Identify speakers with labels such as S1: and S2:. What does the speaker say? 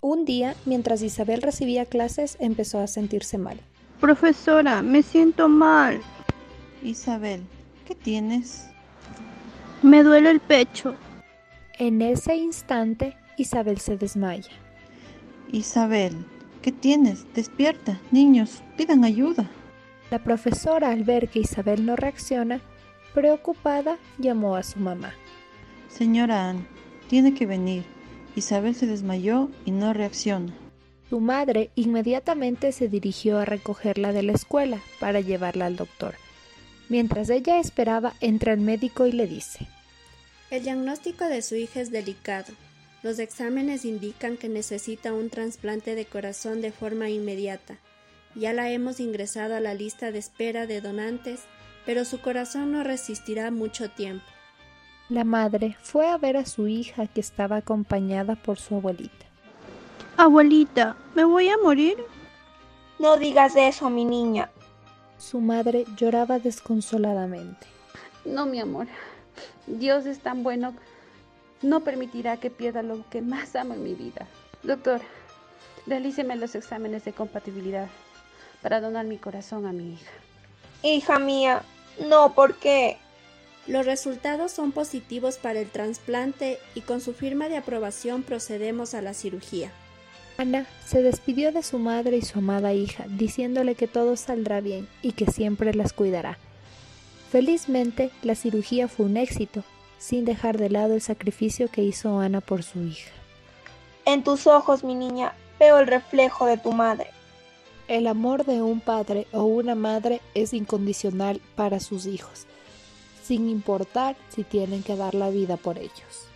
S1: Un día, mientras Isabel recibía clases, empezó a sentirse mal.
S2: Profesora, me siento mal.
S3: Isabel, ¿qué tienes?
S2: Me duele el pecho.
S1: En ese instante, Isabel se desmaya.
S3: Isabel, ¿qué tienes? Despierta. Niños, pidan ayuda.
S1: La profesora, al ver que Isabel no reacciona, preocupada, llamó a su mamá.
S3: Señora Ann, tiene que venir. Isabel se desmayó y no reacciona.
S1: Su madre inmediatamente se dirigió a recogerla de la escuela para llevarla al doctor. Mientras ella esperaba, entra el médico y le dice,
S4: El diagnóstico de su hija es delicado. Los exámenes indican que necesita un trasplante de corazón de forma inmediata. Ya la hemos ingresado a la lista de espera de donantes, pero su corazón no resistirá mucho tiempo.
S1: La madre fue a ver a su hija que estaba acompañada por su abuelita.
S2: Abuelita, ¿me voy a morir?
S5: No digas eso, mi niña.
S1: Su madre lloraba desconsoladamente.
S6: No, mi amor. Dios es tan bueno. No permitirá que pierda lo que más amo en mi vida. Doctor, realíceme los exámenes de compatibilidad para donar mi corazón a mi hija.
S5: Hija mía, no, ¿por qué?
S4: Los resultados son positivos para el trasplante y con su firma de aprobación procedemos a la cirugía.
S1: Ana se despidió de su madre y su amada hija, diciéndole que todo saldrá bien y que siempre las cuidará. Felizmente, la cirugía fue un éxito, sin dejar de lado el sacrificio que hizo Ana por su hija.
S5: En tus ojos, mi niña, veo el reflejo de tu madre.
S1: El amor de un padre o una madre es incondicional para sus hijos sin importar si tienen que dar la vida por ellos.